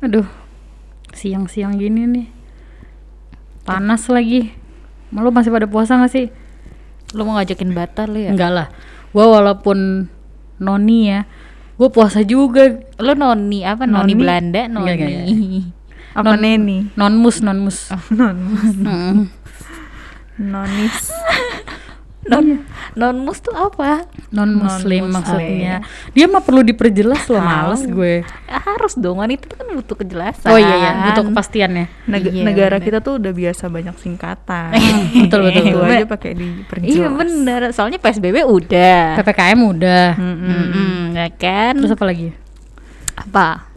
Aduh, siang-siang gini nih. Panas lagi. Lu masih pada puasa gak sih? Lu mau ngajakin batal lu ya? Enggak lah. Gua walaupun noni ya, gue puasa juga. Lu noni apa? Noni, Noni? Belanda, noni. Enggak, enggak, apa Non- neni Nonmus, nonmus. non Mm. nonis Non nonmus tuh apa? Non-muslim Non-muslim. maksudnya. Dia mah perlu diperjelas loh, males gue. Ya, harus dong, wanita tuh kan butuh kejelasan. Oh iya ya, butuh kepastiannya. Neg- Iya, negara bener. kita tuh udah biasa banyak singkatan Betul, betul, itu betul. aja pakai diperjelas Iya bener, soalnya PSBB udah. PPKM udah. Mm-mm. Mm-mm, ya kan? Terus apa lagi? apa?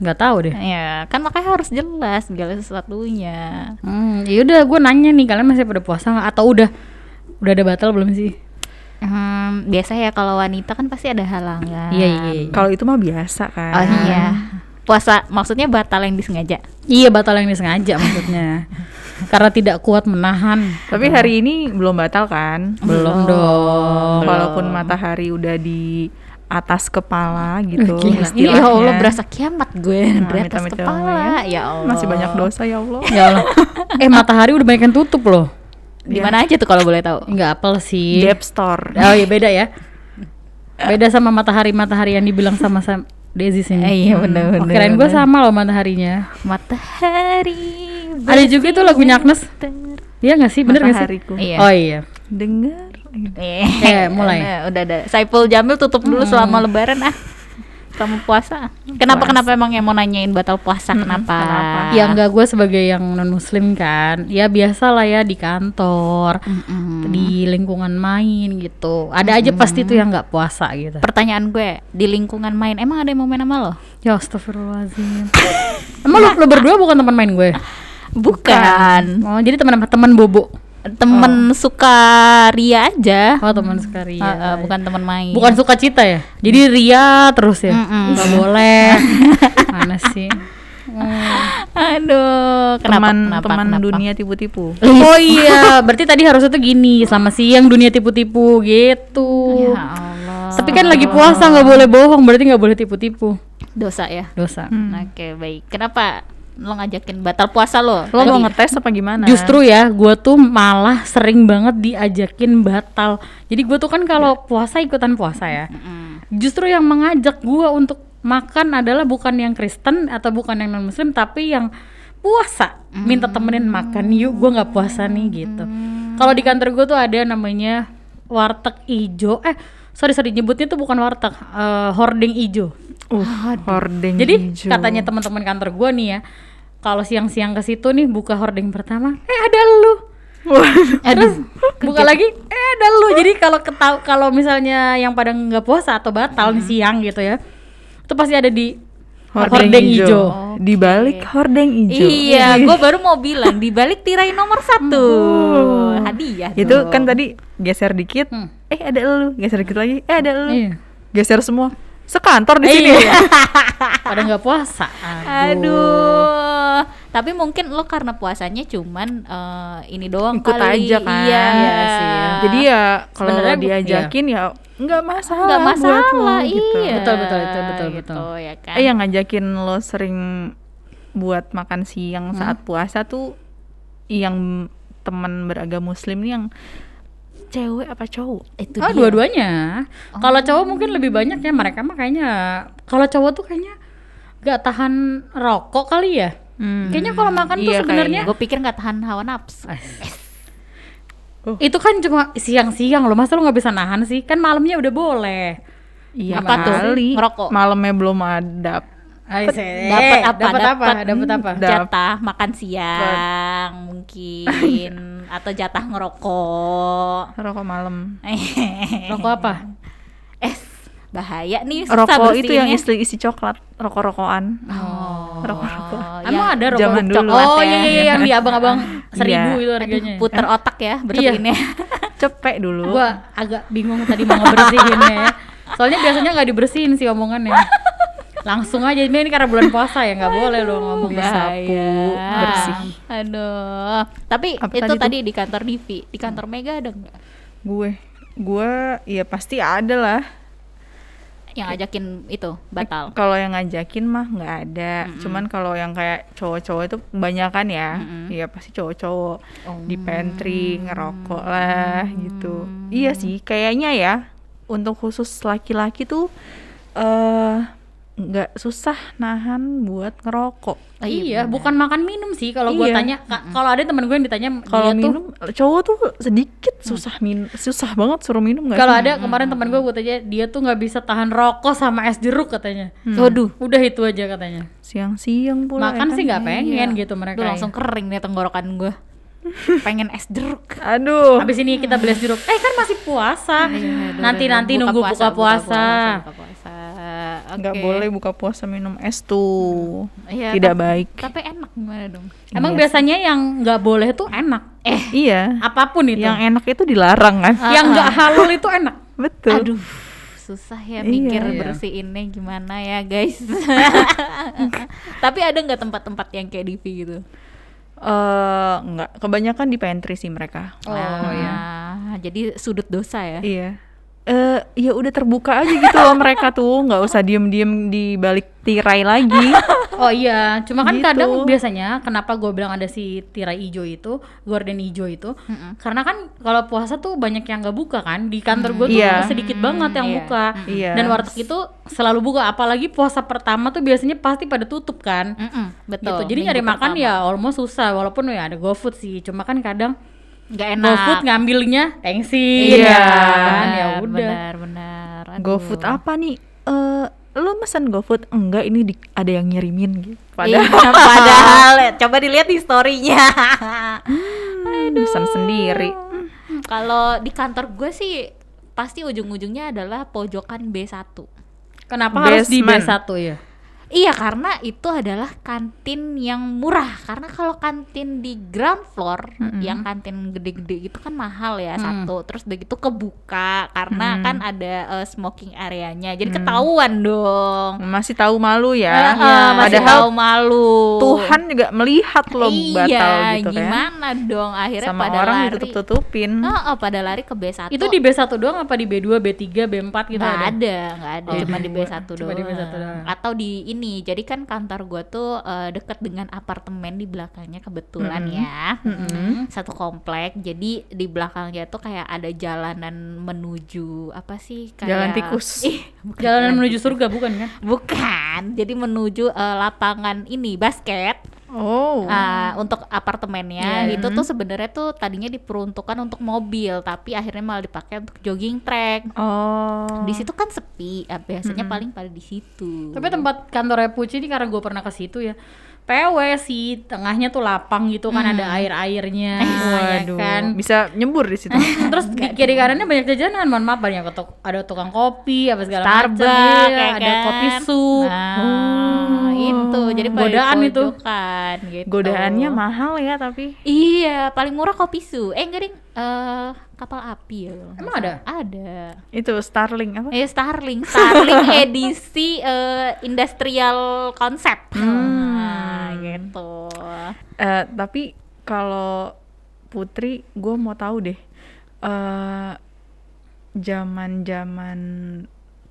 Nggak tahu deh. Ya, kan makanya harus jelas segala sesuatunya. Hmm, ya udah gue nanya nih kalian masih pada puasa nggak atau udah udah ada batal belum sih? Hmm, biasa ya kalau wanita kan pasti ada halangan. Iya, iya, iya. kalau itu mah biasa kan Oh iya. Puasa maksudnya batal yang disengaja. Iya batal yang disengaja maksudnya. Karena tidak kuat menahan. Iya. tapi hari ini belum batal kan Belum dong. walaupun matahari udah di atas kepala gitu Gila. Ini ya Allah istilahnya. Nah, berasa kiamat gue Amit, beratas amit, kepala. amit. Ya Allah. masih banyak dosa ya Allah Ya Allah. Eh matahari udah banyak yang tutup loh. Di mana aja tuh kalau boleh tahu? Nggak apel sih. Dep store Oh iya beda ya. Beda sama matahari-matahari yang dibilang sama Sam Eh, Desi sini. iya benar Oh, benar. kirain gue sama loh mataharinya. matahari. Ada juga itu lagunya Agnes. bersinar. Iya nggak sih? Bener nggak sih? Matahariku. Iya. Oh iya. dengar Eh, mulai. Nah, udah ada. Saiful Jamil tutup dulu selama lebaran ah. Kamu puasa. Kenapa kenapa emang yang mau nanyain batal puasa kenapa? Hmm, kenapa? Ya enggak gue sebagai yang non muslim kan Ya biasa lah ya di kantor hmm. Di lingkungan main gitu Ada aja pasti tuh yang nggak puasa gitu Pertanyaan gue, di lingkungan main emang ada yang mau main sama lo? Ya astagfirullahaladzim Emang lu, lu berdua bukan teman main gue? Bukan. Oh. Oh jadi teman apa? Teman bobo Temen suka ria aja. Oh teman suka ria Eh, eh, bukan teman main. Bukan suka cita ya? Jadi ria terus ya? Mm-mm. Nggak boleh Mana sih? Aduh, kenapa teman kenapa, teman kenapa? dunia tipu-tipu Oh iya, berarti tadi harusnya tuh gini Selamat siang dunia tipu-tipu gitu Ya Allah. Tapi kan lagi puasa nggak boleh bohong, berarti nggak boleh tipu-tipu. Hmm. dosa ya. Dosa. Mm. Oke, baik. Kenapa lo ngajakin batal puasa lo? lo mau ngetes apa gimana Justru ya, gue tuh malah sering banget diajakin batal. Jadi gue tuh kan kalau puasa ikutan puasa ya. Mm. Justru yang mengajak gue untuk makan adalah bukan yang Kristen atau bukan yang non Muslim, tapi yang puasa. Minta temenin makan yuk, gue nggak puasa nih gitu. Kalau di kantor gue tuh ada namanya warteg ijo. Eh, sorry sorry nyebutnya tuh bukan warteg, eh, hording ijo. uh hording Jadi hijau. katanya teman-teman kantor gua nih ya, kalau siang-siang ke situ nih buka hording pertama, eh ada lu. Terus buka lagi, eh ada lu. Jadi kalau ketau kalau misalnya yang pada nggak puasa atau batal nih siang gitu ya, itu pasti ada di hordeng, hijau. hijau. di balik hordeng hijau Iya, gue baru mau bilang di balik tirai nomor satu hadiah. itu tuh. kan tadi geser dikit Hmm. eh ada lu geser dikit lagi eh ada lu Iya. geser semua sekantor di Eh, sini iya. pada nggak puasa. Aduh, tapi mungkin lo karena puasanya cuman eh, ini doang ikut kali. aja kan Iya, jadi ya kalau lo Sebenarnya bu- iya. diajakin ya nggak masalah nggak buat masalah. lo, iya. gitu. Betul, betul, itu betul, gitu, betul. ya kan. eh yang ngajakin lo sering buat makan siang saat puasa tuh yang teman beragama muslim nih yang cewek apa cowok Itu Oh, dia. dua-duanya. Kalau cowok mungkin lebih banyak ya mereka mah kayaknya kalau cowok tuh kayaknya nggak tahan rokok kali ya. Kayaknya kalau makan tuh Iya, sebenarnya Gue pikir nggak tahan hawa nafsu. Oh. Itu kan cuma siang-siang loh, masa lu nggak bisa nahan sih? Kan malamnya udah boleh. iya Apa tuh? kali Ngerokok? malamnya belum ada Dapat Dapat apa? Dapat Eh, apa? Hmm, Dapat apa? Dap- Jatah makan siang mungkin atau jatah ngerokok. rokok malam Rokok apa? es bahaya nih susah rokok itu yang bersihinnya. isi isi coklat rokok rokokan oh, Rokok-rokok. Emang yang ada rokok zaman dulu. coklat? Oh iya iya iya, yang di abang-abang seribu Iya. itu harganya. puter otak ya bersihinnya cepek dulu Gua agak bingung tadi mau ngebersihinnya ya. Soalnya biasanya nggak dibersihin sih omongannya. Langsung aja ini karena bulan puasa ya nggak boleh lo ngomong Iya, Bahaya. bersih. aduh tapi Apa itu tadi tuh? tadi di kantor Divi di kantor Mega ada nggak gue gue ya pasti ada lah yang ajakin itu batal. Kalau yang ngajakin mah nggak ada. Cuman kalau yang kayak cowok-cowok itu kebanyakan ya. Iya pasti cowok-cowok Oh. di pantry ngerokok lah Hmm. gitu. Iya sih kayaknya ya untuk khusus laki-laki tuh eh nggak susah nahan buat ngerokok. Oh, iya, benar. bukan makan minum sih kalau gua Iya. tanya ka- kalau ada temen gue yang ditanya dia Iya tuh- Kalau Hmm. minum cowok tuh sedikit susah minum susah banget suruh minum nggak kalau sih? ada kemarin temen gue gue tanya dia tuh nggak bisa tahan rokok sama es jeruk katanya Waduh, udah itu aja katanya siang-siang pula. ya makan kan? sih nggak Iya. pengen gitu mereka Aduh ya. langsung kering nih tenggorokan gue. Pengen es jeruk. Oh. Aduh. habis ini kita beli es jeruk eh kan masih puasa Iya, nanti nanti nunggu iya. buka puasa, Buka puasa. Oke. nggak boleh buka puasa minum es tuh Hmm. Iya, tidak tapi- baik Tapi enak gimana dong? emang Iya biasanya yang nggak boleh tuh enak eh iya apapun itu yang enak itu dilarang kan Iya, yang nggak halal itu enak betul Aduh, susah ya Iya. mikir Gitu. Iya. bersihinnya gimana ya guys. Tapi ada nggak tempat-tempat yang kayak Divi gitu? Eh, nggak kebanyakan di pantry sih mereka Oh, iya. Jadi sudut dosa ya. iya eh ya udah terbuka aja gitu loh mereka tuh nggak usah diem-diem di balik tirai lagi Oh iya, cuma kan Gitu. kadang biasanya kenapa gue bilang ada si tirai ijo itu, gorden ijo itu, karena kan kalau puasa tuh banyak yang nggak buka kan di kantor gue tuh Iya. sedikit banget yang iya. buka, Iya. dan warteg itu selalu buka, apalagi puasa pertama tuh biasanya pasti pada tutup kan, Mm-mm, betul. gitu. Minggu Jadi nyari makan pertama. ya almost susah, walaupun ya ada GoFood sih, cuma kan kadang nggak enak. GoFood ngambilnya tensi, Iya. kan ya udah. Benar, benar. Aduh. GoFood apa nih eh lo mesen GoFood enggak ini di- ada yang ngirimin gitu Iya, padahal padahal coba dilihat di story-nya. Iya. pesan sendiri Kalau di kantor gue sih pasti ujung-ujungnya adalah pojokan B1. Kenapa harus di Basement. B1 ya? Iya karena itu adalah kantin yang murah karena kalau kantin di ground floor yang kantin gede-gede gitu kan mahal Mm. ya satu terus udah gitu kebuka karena kan ada eh, smoking areanya jadi ketahuan dong masih tahu malu Mm. ya Eh, eh, masih padahal tahu malu Tuhan juga melihat lo iya, batal gitu kan gimana dong akhirnya sama pada orang lari ditutup-tutupin Eh, eh, pada lari ke B1 Itu di B1 doang apa di B2, B3, B4 nggak gitu ada? ada nggak ada Oh, cuma di dua. B1 doang Cuma di B1 doang. atau di ini jadi kan kantor gua tuh eh, deket dengan apartemen di belakangnya kebetulan Mm-mm. ya Mm-mm. satu komplek jadi di belakangnya tuh kayak ada jalanan menuju apa sih kayak Jalan tikus. Ih, bukan Jalanan menuju surga bukan kan? bukan jadi menuju eh, lapangan ini basket Oh. Ah, untuk apartemennya Iya. itu tuh sebenarnya tuh tadinya diperuntukkan untuk mobil tapi akhirnya malah dipakai untuk jogging track oh. di situ kan sepi ah, biasanya paling pada di situ Tapi tempat kantornya Puci ini karena gue pernah ke situ ya. PW sih, tengahnya tuh lapang gitu kan ada air-airnya. Waduh. ya kan. Gitu. Bisa nyembur di situ. Terus di kiri kanannya banyak jajanan, mohon maaf banyak ketuk- ada tukang kopi apa segala macam. Starbucks iya, ya ada kan? kopi sup. Oh. nah, itu jadi pada Godaan di itu. pojokan gitu Godaannya mahal ya tapi. iya paling murah kopi su eh enggak ding eh, kapal api ya kalau nggak Emang ada? salah. ada Itu Starling apa? eh Starling Starling edisi eh, industrial konsep Hmm. nah, gitu Eh, tapi kalau Putri, gue mau tahu deh. eh Zaman-zaman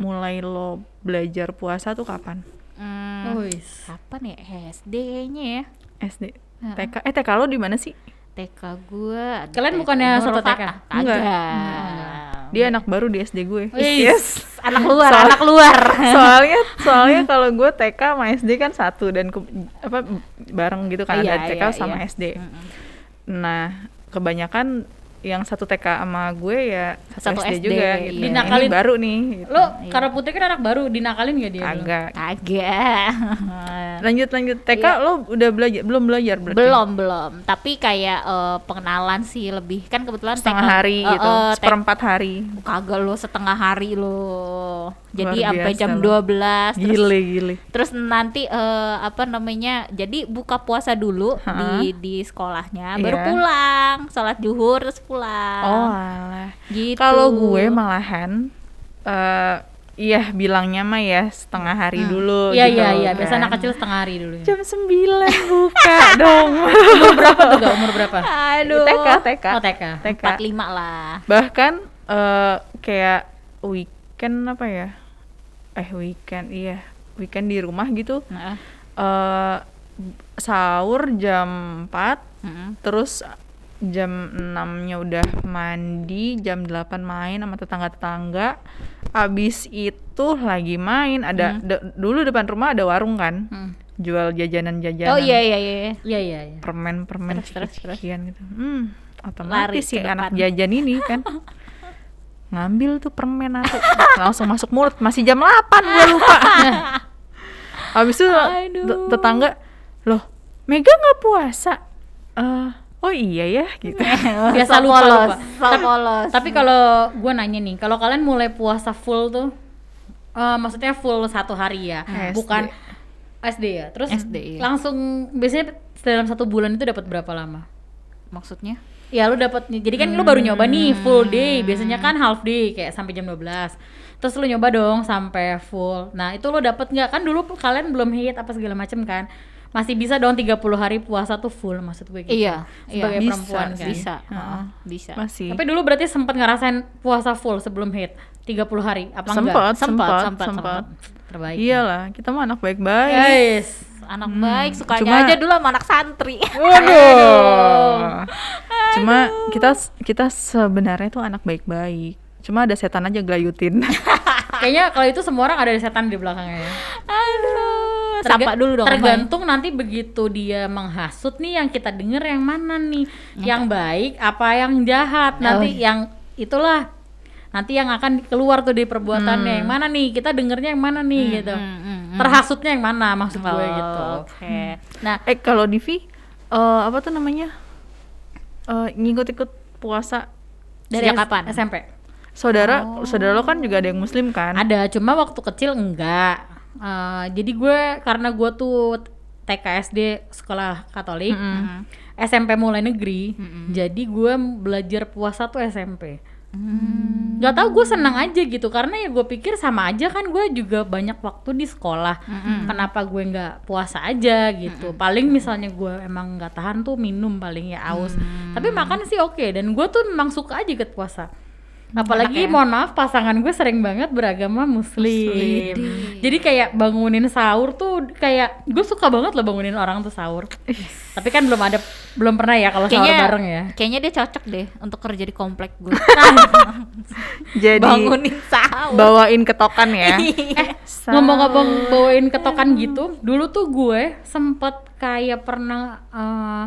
mulai lo belajar puasa tuh kapan? hmm, Wis. kapan ya SD kayaknya ya SD, TK. Eh TK lo di mana sih? TK gue Kalian bukannya solo TK? Enggak. Enggak Dia anak baru di SD gue. Iya, Wis. anak luar, Soal- anak luar. soalnya soalnya kalau gue TK sama SD kan satu dan ke- apa bareng gitu kan Iya, ada TK iya, sama iya. SD nah kebanyakan yang satu TK sama gue ya satu, Satu SD, SD, juga gitu. iya. Dinakalin. ini baru nih gitu. Lo karena Putri kan anak baru, dinakalin iya gak dia? dulu? agak Kagak. lanjut lanjut TK lo udah belajar belum belajar berarti Iya. belum belum. Tapi kayak eh, pengenalan sih lebih kan kebetulan setengah TK hari eh, gitu eh, TK seperempat hari kagak lo setengah hari lo. Jadi Luar sampai biasa jam lo. 12 terus gile gile Terus nanti eh, apa namanya? Jadi buka puasa dulu di di sekolahnya, baru Iya. pulang, sholat zuhur terus oh pulang. Ah. alah gitu. Kalau gue malahan eh iya bilangnya mah ya setengah hari Hmm. dulu Iya gitu. iya iya, biasa kan. anak kecil setengah hari dulu ya. Jam 9 buka dong. Umur berapa tuh gak? Umur berapa? aduh. TK, TK. Oh TK. TK. 45 lah. Bahkan eh kayak weekend apa ya? eh weekend iya weekend di rumah gitu Heeh. eh sahur jam 4 Heeh. terus jam 6-nya udah mandi, jam 8 main sama tetangga-tetangga. Abis itu lagi main, Hmm. ada da- dulu depan rumah ada warung kan. Jual jajanan-jajanan. Oh iya iya iya. Iya iya iya. Permen-permen Terus, terus, terus. ciki-cikian gitu. Hmm, Lari otomatis sih ke anak depan. jajan ini kan. Ngambil tuh permen aku, langsung masuk mulut. Masih jam 8 gue lupa. Abis itu Aduh. te- tetangga, loh Mega nggak puasa? Eh, oh iya ya gitu. Sok Biasa lupa, polos, lupa. sok polos. Tapi kalau gue nanya nih, kalau kalian mulai puasa full tuh, eh, maksudnya full satu hari ya, Hmm. bukan SD ya. Terus SD, iya. langsung biasanya dalam satu bulan itu dapat berapa lama? maksudnya Ya lu dapat jadi kan lu baru nyoba nih full day, biasanya kan half day kayak sampai jam 12. Terus lu nyoba dong sampai full. Nah, itu lu dapat nggak? Kan dulu kalian belum hit apa segala macem kan. Masih bisa dong 30 hari puasa tuh full maksud gue gitu. iya iya. Sebagai Bisa, perempuan kan. bisa Heeh. bisa Masih. Tapi dulu berarti sempat ngerasain puasa full sebelum hit 30 hari apa sempat, enggak? sempat, Sempat, sempat, sempat, Terbaik. Iya. Iyalah, kita mah anak baik-baik. Guys. anak baik sukanya cuma- aja dulu sama anak santri Waduh. Cuma kita kita sebenarnya tuh anak baik-baik. Cuma ada setan aja gelayutin. Kayaknya kalau itu semua orang ada setan di belakangnya ya. aduh Terga- sapa dulu dong Tergantung nanti begitu dia menghasut nih yang kita denger yang mana nih, yang baik apa yang jahat. Oh. Nanti yang itulah nanti yang akan keluar tuh di perbuatannya yang mana nih kita dengernya yang mana nih gitu. hmm, hmm, hmm. Terhasutnya yang mana maksud Mai. gue Oh, gitu. oke nah eh kalau Divi eh apa tuh namanya? Eh ngikut-ikut puasa. dari Sejak kapan SMP. Saudara saudara lo kan juga ada yang muslim kan? Ada cuma waktu kecil enggak. Eh, jadi gue karena gue tuh TKSD sekolah Katolik. Mm. SMP mulai negeri, jadi gue belajar puasa tuh SMP. Gak tau gue senang aja gitu karena ya gue pikir sama aja kan gue juga banyak waktu di sekolah. Kenapa gue nggak puasa aja gitu? Paling misalnya gue emang nggak tahan tuh minum paling ya aus. Tapi makan sih oke dan gue tuh memang suka aja ikut puasa. Apalagi mohon maaf pasangan gue sering banget beragama muslim. Jadi kayak bangunin sahur tuh kayak gue suka banget loh bangunin orang tuh sahur. Tapi kan belum ada belum pernah ya kalau sahur kayaknya bareng ya. kayaknya dia cocok deh untuk kerja di komplek gue Jadi bangunin sahur bawain ketokan ya. Iya. Ngomong-ngomong bawain ketokan gitu, dulu tuh gue sempet kayak pernah eh,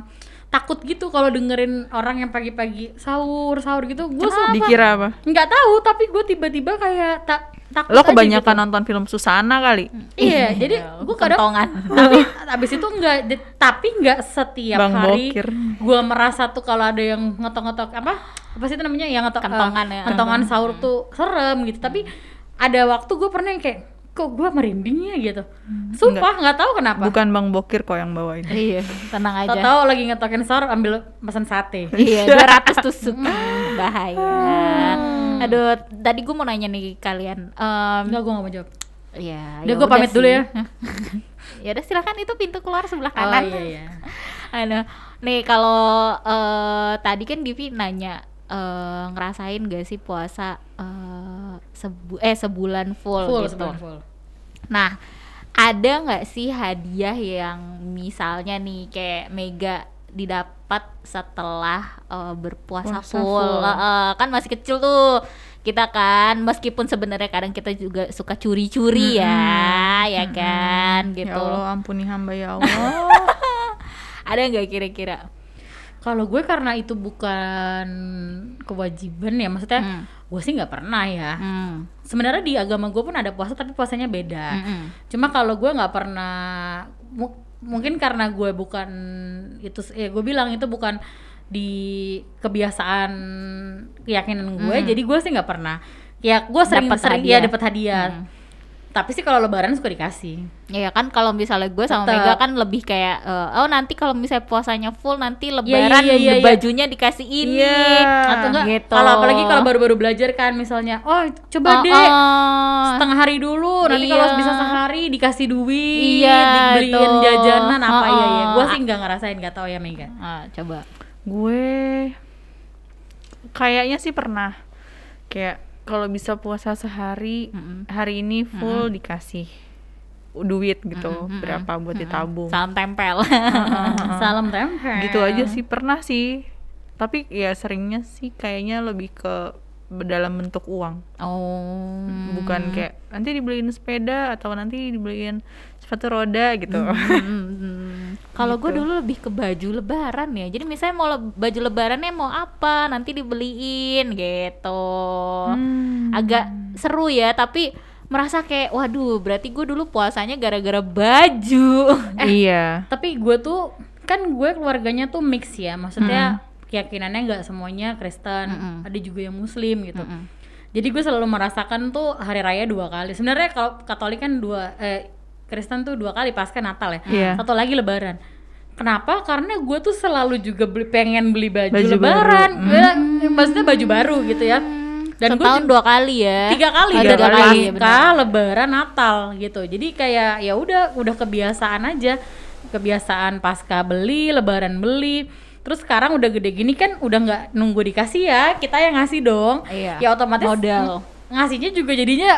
takut gitu kalau dengerin orang yang pagi-pagi sahur sahur gitu. Gue suka Dikira apa? nggak tahu tapi gue tiba-tiba kayak tak takut Lo aja kebanyakan gitu. nonton film Susana kali. Iya, jadi gue kadang kentongan tapi abis itu enggak de- tapi enggak setiap Oh. Bang hari Bokir. gua merasa tuh kalau ada yang ngetok-ngetok apa apa sih itu namanya yang ngetok Kentongan eh, ya. kentongan sahur tuh serem gitu tapi ada waktu gue pernah yang kayak kok gue merindingnya gitu sumpah nggak tahu kenapa Hmm. Bukan Bang Bokir kok yang bawain. iya tenang aja Tau tahu lagi ngetokin sahur ambil pesan sate Iya, 200 tusuk. Hmm, Bahaya. Aduh, tadi gue mau nanya nih ke kalian. Em, enggak gue nggak mau jawab ya, Udah, gua pamit dulu ya. ya udah silakan itu pintu keluar sebelah oh kanan. iya iya Aduh. Nih kalau eh, tadi kan Divi nanya eh, ngerasain gak sih puasa eh, sebu eh sebulan full, full gitu. sebulan full Nah, ada nggak sih hadiah yang misalnya nih kayak Mega didapat setelah eh, berpuasa Puasa full, full. Eh, eh, kan masih kecil tuh kita kan meskipun sebenarnya kadang kita juga suka curi-curi ya ya kan Ya gitu Allah ampuni hamba ya Allah. ada nggak kira-kira Kalau gue karena itu bukan kewajiban ya, maksudnya Hmm. gue sih nggak pernah ya. Hmm. Sebenarnya di agama gue pun ada puasa, tapi puasanya beda. Mm-mm. Cuma kalau gue nggak pernah, mu- mungkin karena gue bukan itu, ya gue bilang itu bukan di kebiasaan keyakinan gue, jadi gue sih nggak pernah. Ya gue Hmm. sering-sering hadiah. Hmm. ya dapat hadiah. Tapi sih kalau Lebaran suka dikasih. Ya kan kalau misalnya gue sama Tetep. Mega kan lebih kayak eh, oh nanti kalau misalnya puasanya full nanti iya, lebaran iya, iya. bajunya dikasih ini Atau enggak? gitu. Kalau apalagi kalau baru-baru belajar kan, misalnya, oh coba Oh, deh. oh. setengah hari dulu nanti Iya. kalau bisa sehari dikasih duit Iya, Oh, dibeliin itu. jajanan apa Ha-ha. iya iya gue sih nggak ngerasain nggak tahu ya Mega Ah, coba Gue kayaknya sih pernah kayak kalau bisa puasa sehari Mm-mm. hari ini full dikasih duit gitu Mm-mm, mm-mm, berapa buat ditabung salam tempel Salam tempel. gitu aja sih pernah sih tapi ya seringnya sih kayaknya lebih ke dalam bentuk uang oh bukan kayak nanti dibeliin sepeda atau nanti dibeliin sepatu roda gitu Mm. Mm-mm. Hmm, Kalau Gitu. gue dulu lebih ke baju lebaran ya. Jadi misalnya mau le- baju lebarannya mau apa, nanti dibeliin gitu. Hmm. Agak seru ya, tapi merasa kayak waduh, berarti gue dulu puasanya gara-gara baju. iya Tapi gue tuh kan gue keluarganya tuh mix ya, maksudnya keyakinannya nggak semuanya Kristen, Mm-mm. ada juga yang Muslim gitu. Mm-mm. Jadi gue selalu merasakan tuh hari raya dua kali. Sebenarnya kalau Katolik kan dua, eh, Kristen tuh dua kali pasca Natal ya, Iya. satu lagi Lebaran. Kenapa? Karena gue tuh selalu juga beli, pengen beli baju, Baju baru. Mm. Lebaran, Gue- maksudnya baju baru gitu ya. Dan gue Setahun dua kali ya. tiga kali Oh, tiga tiga kali kali, pasca benar. lebaran natal gitu jadi kayak ya udah udah kebiasaan aja kebiasaan pasca beli lebaran beli terus sekarang udah gede gini kan udah nggak nunggu dikasih ya kita yang ngasih dong Iya. ya otomatis Modal. ng- ngasihnya juga jadinya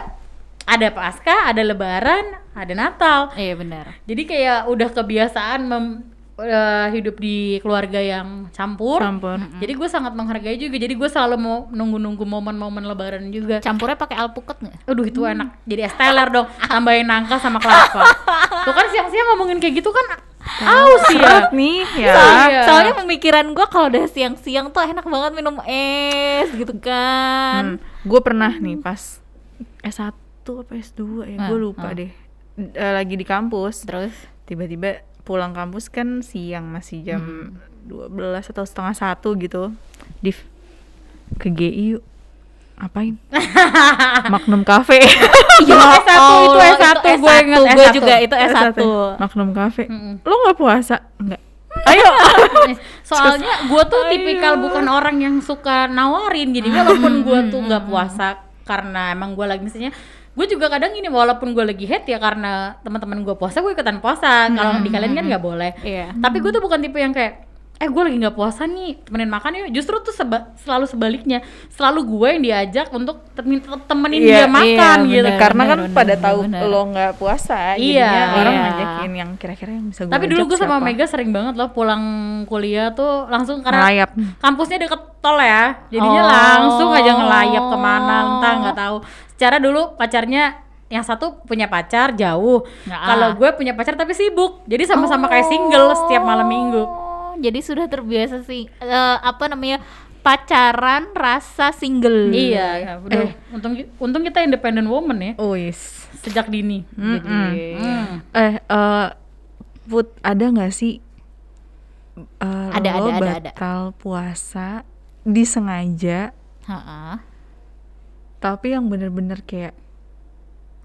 ada pasca ada lebaran ada natal Iya benar. jadi kayak udah kebiasaan mem- eh, hidup di keluarga Eh, yang campur campur mm. jadi gue sangat menghargai juga jadi gue selalu mau nunggu-nunggu momen-momen lebaran juga Campurnya pakai alpukat nggak? Aduh itu enak. Jadi es teler dong, tambahin nangka sama kelapa. Tuh kan siang-siang ngomongin kayak gitu kan aus ya. Berat nih ya Soalnya- Iya. Soalnya pemikiran gue kalau udah siang-siang tuh enak banget minum es gitu kan. gue Hmm. pernah nih pas S1 apa S2 ya gue Ah, lupa deh D- eh, lagi di kampus Terus tiba-tiba pulang kampus kan siang masih Hmm. jam 12 atau setengah satu gitu div ke GI yuk ngapain Magnum Cafe Iya S1 itu Ya Allah, S1 gue inget S1. Gue juga itu S1. Magnum Cafe Mm-mm. lo nggak puasa nggak ayo eh, Soalnya gue tuh Ayo. tipikal bukan orang yang suka nawarin. Jadi walaupun gue tuh Hmm. nggak puasa karena emang gue lagi misalnya gue juga kadang gini walaupun gue lagi head ya karena teman-teman gue puasa gue ikutan puasa kalau Hmm. di kalian kan nggak boleh Iya. tapi gue tuh bukan tipe yang kayak eh gue lagi nggak puasa nih temenin makan yuk justru tuh seba- selalu sebaliknya selalu gue yang diajak untuk temen- temenin dia Iya, makan iya, gitu benar. kan karena kan benar, pada benar, tahu benar. lo nggak puasa Iya. jadinya orang Iya. ngajakin yang kira-kira yang bisa gue tapi dulu ajak gue sama siapa. Mega sering banget loh pulang kuliah tuh langsung karena ngelayap kampusnya deket tol ya jadinya Oh. langsung aja ngelayap kemana entah nggak tahu secara dulu pacarnya yang satu punya pacar jauh Nah, kalau ah. gue punya pacar tapi sibuk jadi sama-sama kayak single setiap malam minggu Oh, Jadi sudah terbiasa sih eh, apa namanya pacaran rasa single. Iya, ya, udah. untung untung kita independent woman ya oh yes sejak dini. ya. Jadi, Mm. Eh, eh, Put, ada nggak sih eh, Ada, ada, lo ada, ada. batal puasa disengaja, Ha-ah. tapi yang bener-bener kayak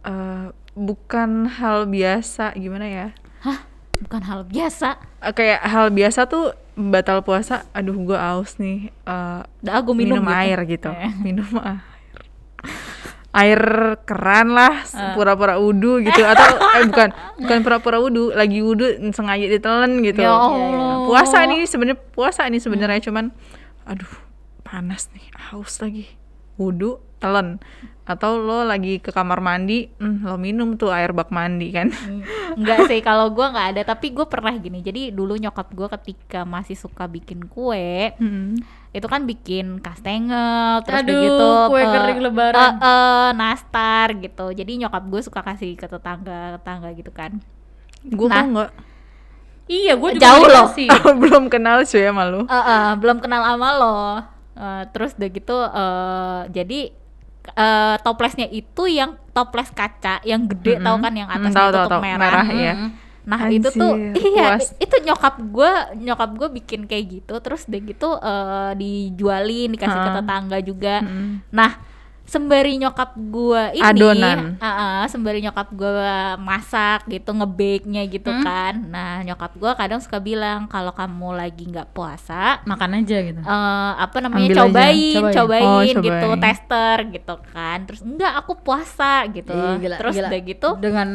eh, bukan hal biasa, gimana ya? Hah? Bukan hal biasa. Eh, kayak hal biasa tuh batal puasa, aduh gua aus nih, eh, Dah gue minum, minum, gitu. air gitu, Eh. minum air, air keran lah, se- Eh. pura-pura wudhu gitu, atau eh bukan, bukan pura-pura wudhu, lagi wudhu sengaja ditelen gitu. Ya Nah, Allah. puasa nih sebenarnya puasa nih sebenarnya cuman aduh panas nih haus lagi wudhu telan atau lo lagi ke kamar mandi hmm, lo minum tuh air bak mandi kan Enggak sih kalau gua nggak ada tapi gue pernah gini. Jadi dulu nyokap gua ketika masih suka bikin kue, itu kan bikin kastengel terus Aduh, begitu kue pe- kering lebaran. eh, eh, nastar gitu jadi nyokap gue suka kasih ke tetangga tetangga gitu kan gue Nah. kok nggak Iya, gue juga Jauh nggak loh. sih. belum kenal sih ya malu Eh, eh, belum kenal sama lo Eh, terus udah gitu eh, jadi eh, toplesnya itu yang toples kaca yang gede tau kan yang Mm, atasnya tahu, tahu, tutup tahu. Merah, Ya. iya. Mm. nah itu tuh Anjir, iya puas. itu nyokap gue nyokap gue bikin kayak gitu terus udah gitu eh, dijualin dikasih ke Ah. tetangga juga Mm. Nah, sembari nyokap gua ini Adonan. uh-uh, sembari nyokap gua masak gitu, ngebake-nya gitu Hmm. kan. Nah, nyokap gua kadang suka bilang kalau kamu lagi nggak puasa, Makan aja gitu. eh, apa namanya Ambil aja, cobain, cobain. cobain, Oh, gitu, cobain. tester gitu kan. Terus enggak aku puasa gitu. Ih, gila, Terus gila. udah gitu, dengan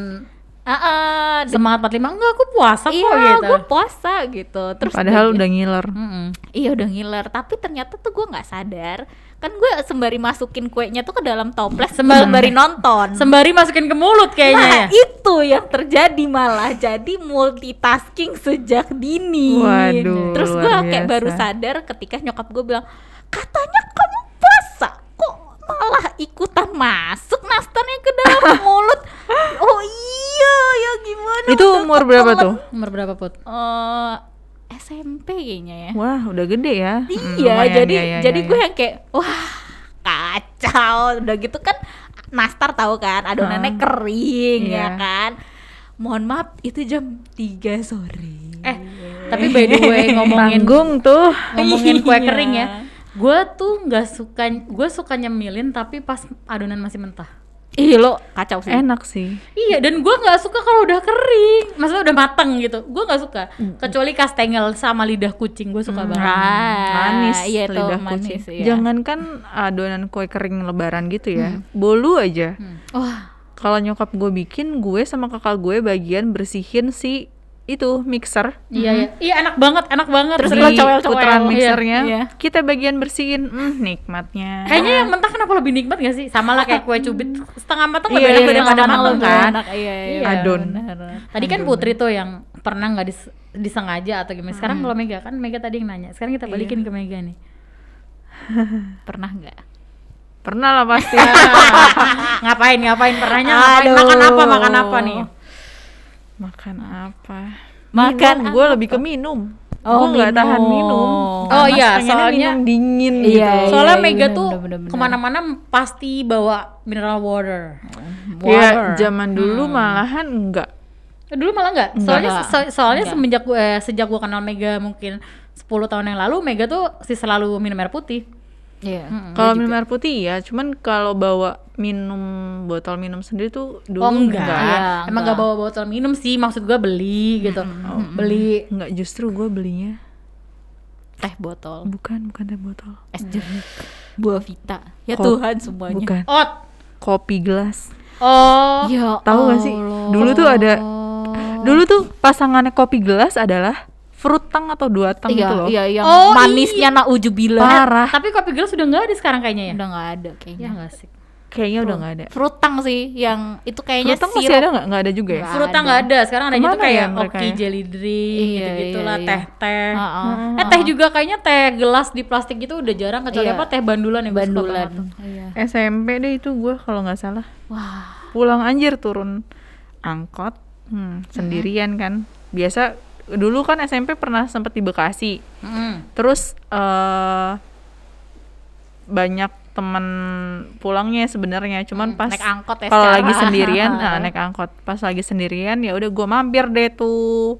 uh-uh, de- semangat 45 enggak aku puasa kok iya, gitu. gua puasa gitu. Terus padahal udah udah ngiler Mm-mm. Iya udah ngiler, tapi ternyata tuh gue nggak sadar kan gue sembari masukin kuenya tuh ke dalam toples Sembari- sembari, nonton Hmm. Sembari masukin ke mulut nah kayaknya. ya. itu yang terjadi malah jadi multitasking sejak dini Waduh, terus gue luar kayak biasa. baru sadar ketika nyokap gue bilang katanya kamu puasa kok malah ikutan masuk nastarnya ke dalam mulut oh iya ya gimana Itu udah umur berapa ketelan. tuh? Umur berapa put? Eh, SMP kayaknya ya Wah, udah gede ya. Mm, Iya, lumayan, jadi ya, ya, jadi ya, gue ya. yang kayak wah kacau. Udah gitu kan nastar tahu kan adonannya kering Iya. ya kan. Mohon maaf itu jam 3 sore. Eh, tapi by the way ngomongin Tanggung tuh. ngomongin kue Iya. kering ya. Gue tuh nggak suka, gue suka nyemilin tapi pas adonan masih mentah. Ih lo kacau sih. Enak sih. Iya, dan gue nggak suka kalau udah kering, maksudnya udah mateng gitu. Gue nggak suka, kecuali kastengel sama lidah kucing gue Mm. suka banget. Ah, Hmm, Manis iya itu lidah manis kucing. iya. Hmm. Jangankan kan, ah, adonan kue kering lebaran gitu ya. Bolu aja. wah Kalau nyokap gue bikin, gue sama kakak gue bagian bersihin si itu mixer. Iya, iya, iya enak banget, enak banget. Terus lo Serius. Di cowel-cowel. putaran Iya, mixernya. iya. Eh. Kita bagian bersihin. Mm, nikmatnya. Kayaknya Ah. yang mentah kenapa lebih nikmat gak sih? Sama lah kayak kue cubit setengah matang Iya, lebih enak iya, daripada setengah matang matang lebih kan? Enak, iya, iya, Iya. Adon. benar. Tadi kan Putri tuh yang pernah nggak dis- disengaja atau gimana? Sekarang Hmm. kalau Mega kan Mega tadi yang nanya. Sekarang Iya. kita balikin ke Mega nih. Pernah nggak? Pernah lah pasti. ngapain ngapain pernahnya ngapain? Makan apa makan apa nih? Makan apa? Makan minum, gue lebih ke minum. Oh, gue nggak tahan minum. minum. Oh, Panas iya, pengennya soalnya- minum dingin Iya, gitu. iya. Soalnya Mega bener, tuh bener, bener, bener. kemana-mana pasti bawa mineral water. Iya, zaman dulu malahan enggak. Dulu malah nggak. Soalnya Nggak. so- soalnya Nggak. semenjak gue eh, sejak gue kenal Mega mungkin 10 tahun yang lalu Mega tuh sih selalu minum air putih. Iya. Kalau minum air putih ya, cuman kalau bawa minum botol minum sendiri tuh dulu oh enggak. Iya, enggak. Emang nggak bawa botol minum sih, maksud gue beli gitu. Beli Enggak, justru gue belinya Teh botol, bukan bukan teh botol. es jeruk, buah vita. Ya Kok- Tuhan semuanya. Bukan. ot. Kopi gelas. Oh. Ya Tahu gak sih? Allah. Dulu tuh ada Dulu tuh pasangannya kopi gelas adalah fruit tang atau dua tang iya, gitu loh. iya, yang Oh, manisnya naujubillah Parah. Tapi kopi gelas sudah nggak ada sekarang udah kayaknya ya. Iya nggak ada Ya kayaknya. nggak sih. Kayaknya udah nggak ada. Frutang sih yang itu kayaknya Fruit tang masih ada nggak? Nggak ada juga ya? Nggak Fruta ada. nggak ada. Sekarang adanya tuh Kemana ya kayak mereka oki ya? jelly drink Iya, iya, gitu-gitulah iya. teh-teh. Heeh. Eh teh juga kayaknya teh gelas di plastik gitu udah jarang kecuali Iya. apa teh bandulan ya gua suka bandulan. banget. Iya. SMP deh itu gue kalau nggak salah. Wah, pulang anjir turun angkot hmm, sendirian kan biasa dulu kan SMP pernah sempet di Bekasi Mm. terus eh banyak temen pulangnya sebenarnya cuman pas naik angkot ya kalau secara. lagi sendirian nah, naik angkot pas lagi sendirian ya udah gue mampir deh tuh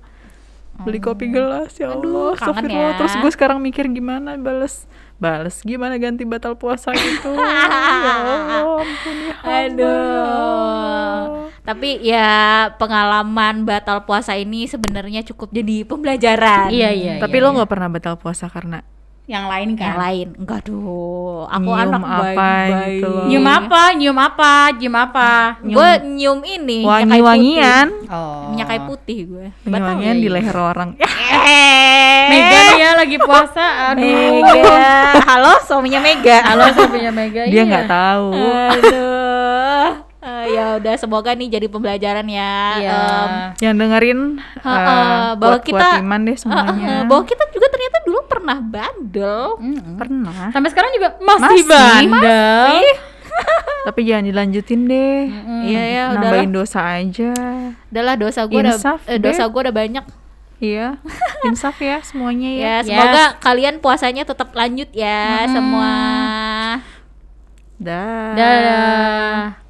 beli kopi gelas ya Allah Hmm. Aduh, kangen astagfirullah. ya. terus gue sekarang mikir gimana bales bales gimana ganti batal puasa gitu ya Allah ampuni hamba, ya Allah. Aduh. Tapi ya pengalaman batal puasa ini sebenarnya cukup jadi pembelajaran. Iya iya. Tapi iya, lo iya. nggak pernah batal puasa karena yang lain Yang kan. lain enggak dong. Aku Nyium anak apa baik-baik. gitu loh. Nyium apa? Nyium apa? Nyium apa? Gue nyium ini minyak kayu Iya, putih. wangi-wangian, Oh. minyak kayu putih gue Batal wangi-wangian di ya? leher orang. Eh. Mega nih ya lagi puasa. Aduh. Mega halo suaminya Mega Halo sapinya Mega. iya. Dia nggak tahu. aduh Eh, ya udah semoga nih jadi pembelajaran ya Iya. Em, Yang dengerin Ha, eh, bahwa buat kita- iman eh, deh eh, semuanya. bahwa kita juga ternyata dulu pernah bandel Oh. Mm. Pernah. Sampai sekarang juga masih, Masih, bandel. Ih, Tapi jangan dilanjutin deh. iya ya udahlah Hmm. Nambahin dosa aja. udahlah dosa gue udah Insaf, eh, Beb. dosa gue udah banyak Iya. Insaf ya semuanya ya. ya Yes. semoga kalian puasanya tetap Hmm. lanjut ya semua Dah. Nah. Dadah.